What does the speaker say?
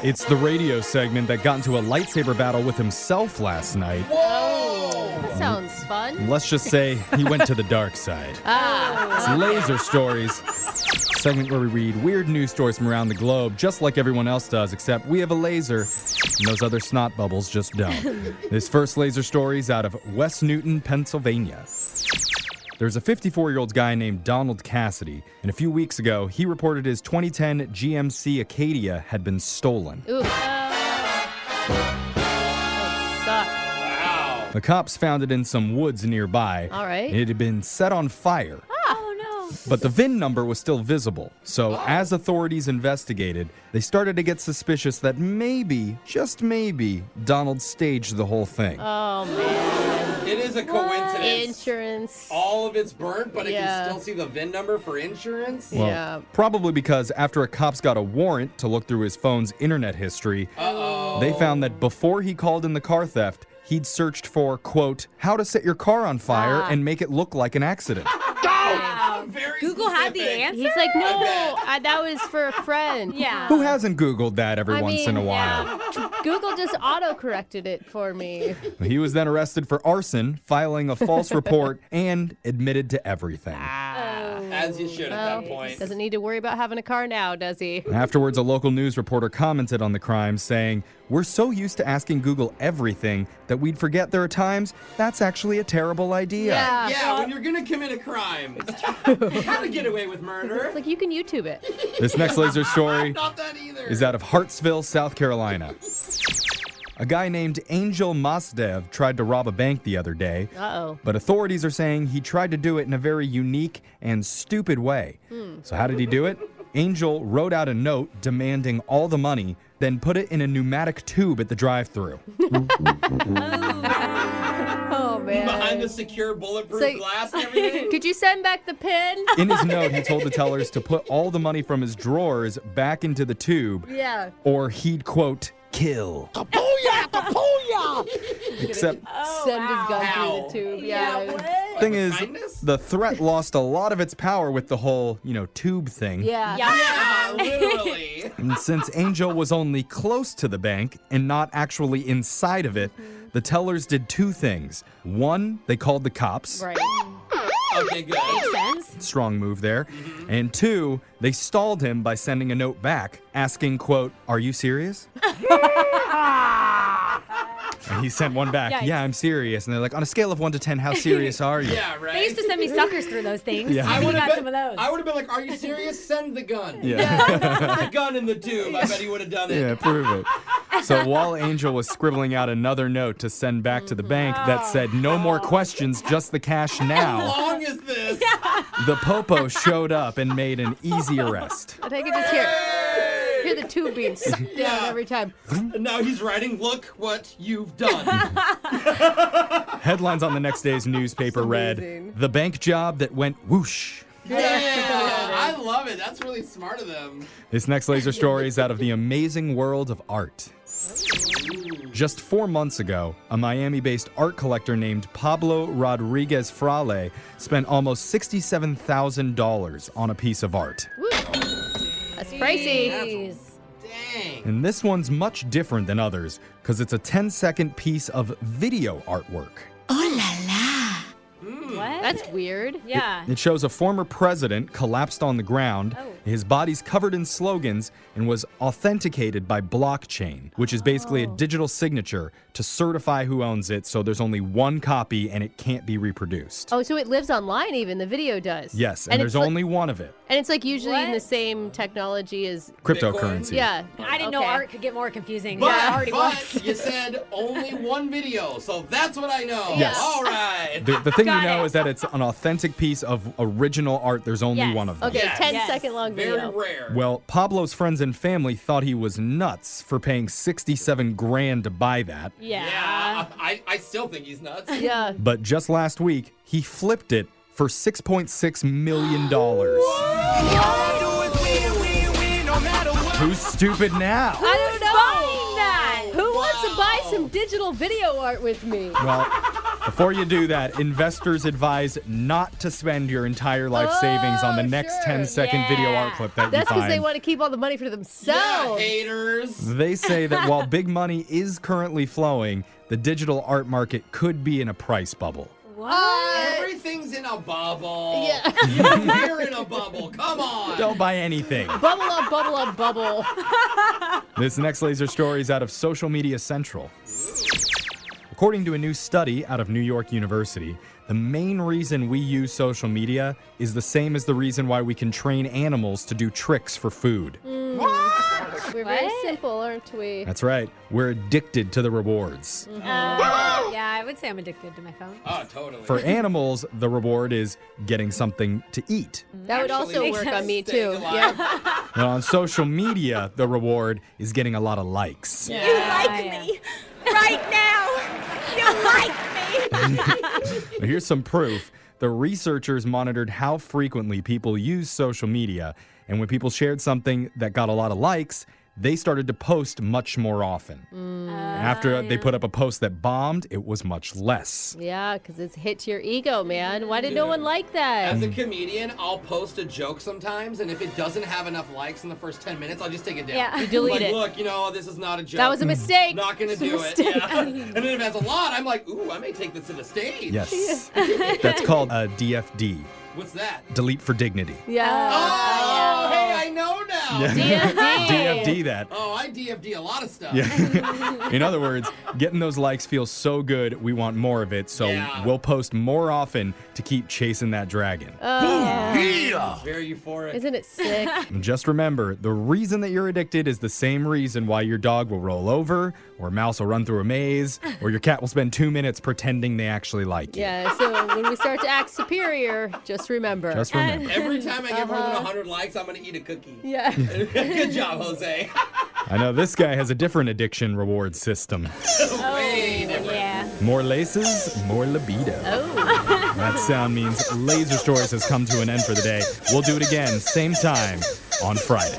It's the radio segment that got into a lightsaber battle with himself last night. That sounds fun. Let's just say he went to the dark side. Ah, It's Laser Stories, segment where we read weird news stories from around the globe, just like everyone else does, except we have a laser, and those other snot bubbles just don't. this first laser story is out of West Newton, Pennsylvania. There's a 54 year old guy named Donald Cassidy, and a few weeks ago, he reported his 2010 GMC Acadia had been stolen. ooh. Oh. That would The cops found it in some woods nearby. All right. and It had been set on fire. Oh no. But the VIN number was still visible. So, as authorities investigated, they started to get suspicious that maybe, just maybe, Donald staged the whole thing. Oh man. It is a coincidence. Ah. Insurance. All of it's burnt, but it Yeah. can still see the VIN number for insurance. Well, yeah. Probably because after a cop's got a warrant to look through his phone's internet history, Uh-oh. they found that before he called in the car theft, he'd searched for, quote, how to set your car on fire Ah. and make it look like an accident. Oh, very Google had the specific. answer. He's like, no, I, that was for a friend. Yeah. Who hasn't Googled that every I once in a mean, while? yeah. Google just auto corrected it for me. He was then arrested for arson, filing a false report, and admitted to everything. As you should at Well, that point. Oh. doesn't need to worry about having a car now, does he? Afterwards, a local news reporter commented on the crime, saying, We're so used to asking Google everything that we'd forget there are times that's actually a terrible idea. Yeah. Yeah, when you're gonna commit a crime, how to get away with murder? It's like you can YouTube it. This next laser story Not that either. is out of Hartsville, South Carolina. A guy named Angel Masdev tried to rob a bank the other day. Uh oh. But authorities are saying he tried to do it in a very unique and stupid way. So, how did he do it? Angel wrote out a note demanding all the money, then put it in a pneumatic tube at the drive through. Oh man. behind the secure bulletproof It's like- glass and everything? Could you send back the pin? In his note, he told the tellers to put all the money from his drawers back into the tube, Yeah. or he'd, quote, kill. Except, send his gun wow. through the tube. Yeah. Like thing with is, kindness? the threat lost a lot of its power with the whole, you know, tube thing. Yeah. yeah, literally. And since Angel was only close to the bank and not actually inside of it, the tellers did two things. One, they called the cops. Right. Okay, good. Makes sense. Strong move there. And two, they stalled him by sending a note back asking, quote, Are you serious? and he sent one back, Yeah, Yikes. I'm serious. And they're like, On a scale of one to ten, how serious are you? Yeah, right. They used to send me suckers through those things. Yeah. I I would would've have been- some of those. I would have been like, "Are you serious? Send the gun. Yeah. Put the gun in the tube." I bet he would have done it. Yeah, prove it. So while Angel was scribbling out another note to send back to the bank that said, no more questions, just the cash now, How long is this? the Popo showed up and made an easy arrest. And I could just hear hear the tube being sucked down Yeah. every time. And now he's writing, "Look what you've done." Headlines on the next day's newspaper read, amazing. The bank job that went whoosh. yeah, I love it. That's really smart of them. This next laser story is out of the amazing world of art. Just four months ago, a Miami based art collector named Pablo Rodriguez Frale spent almost $67,000 on a piece of art. That's pricey. Dang. And this one's much different than others because it's a 10 second piece of video artwork. what? That's weird. yeah. It shows a former president collapsed on the ground, Oh. his body's covered in slogans, and was authenticated by blockchain, which is basically a digital signature to certify who owns it so there's only one copy and it can't be reproduced. Oh, so it lives online even, the video does. Yes, and, it's there's li- only one of it and it's like usually in the What? same technology as cryptocurrency. yeah. I didn't know Okay. art could get more confusing. But, yeah, it already but was. you said only one video, so that's what I know. Yes. All right. The, the thing you Got know it. is that it's an authentic piece of original art. There's only Yes. one of them. Okay, ten Yes. second Yes. long Very video. rare. Well, Pablo's friends and family thought he was nuts for paying 67 grand to buy that. Yeah. yeah. I, I still think he's nuts. Yeah. But just last week, he flipped it for 6.6 million dollars. Who's stupid now? I don't know. Buying that. Who wants to buy some digital video art with me? Well, Before you do that, investors advise not to spend your entire life savings on the Oh, next sure. 10 second video Yeah. art clip that you That's because find. they want to keep all the money for Yeah, themselves. haters. They say that while big money is currently flowing, the digital art market could be in a price bubble. What? Everything's in a bubble. Yeah. You're in a bubble. Come on. Don't buy anything. bubble up, bubble up, bubble. This next laser story is out of Social Media Central. According to a new study out of New York University, the main reason we use social media is the same as the reason why we can train animals to do tricks for food. We're very What? simple, aren't we? That's right, we're addicted to the rewards. Uh, yeah, I would say I'm addicted to my phone. Oh, totally. For animals, the reward is getting something to eat. That would Actually, also makes work on sense. me Staying too. alive. Yeah. And on social media, the reward is getting a lot of likes. Yeah. Oh, like yeah. me right now. You like me. Now, Here's some proof. The researchers monitored how frequently people use social media, and when people shared something that got a lot of likes, they started to post much more often. After they put up a post that bombed, it was much less. Yeah, because it's hit to your ego, man. Why did no one like that? As a comedian, I'll post a joke sometimes, and if it doesn't have enough likes in the first 10 minutes, I'll just take it down. Yeah. You delete like, it. Hmm. Look, you know, this is not a joke. That was a mistake. Not gonna It's a do it. mistake. Yeah. and then if it has a lot, I'm like, ooh, I may take this to the stage. Yes. That's called a DFD, What's that? delete for dignity. Yeah. Oh, hey, I know now. DFD that. Oh, I DFD a lot of stuff. Yeah. In other words, getting those likes feels so good, we want more of it. So Yeah. we'll post more often to keep chasing that dragon. It's very euphoric. Isn't it sick? And just remember, the reason that you're addicted is the same reason why your dog will roll over, or a mouse will run through a maze, or your cat will spend two minutes pretending they actually like you. Yeah, so when we start to act superior, just remember. Just remember. Every time I get more than 100 likes, I'm gonna eat a cookie. Uh-huh. yeah. Good job, Jose. I know this guy has a different addiction reward system. Way different. Yeah. More laces, more libido. Oh. That sound means Laser Stories has come to an end for the day. We'll do it again, same time, on Friday.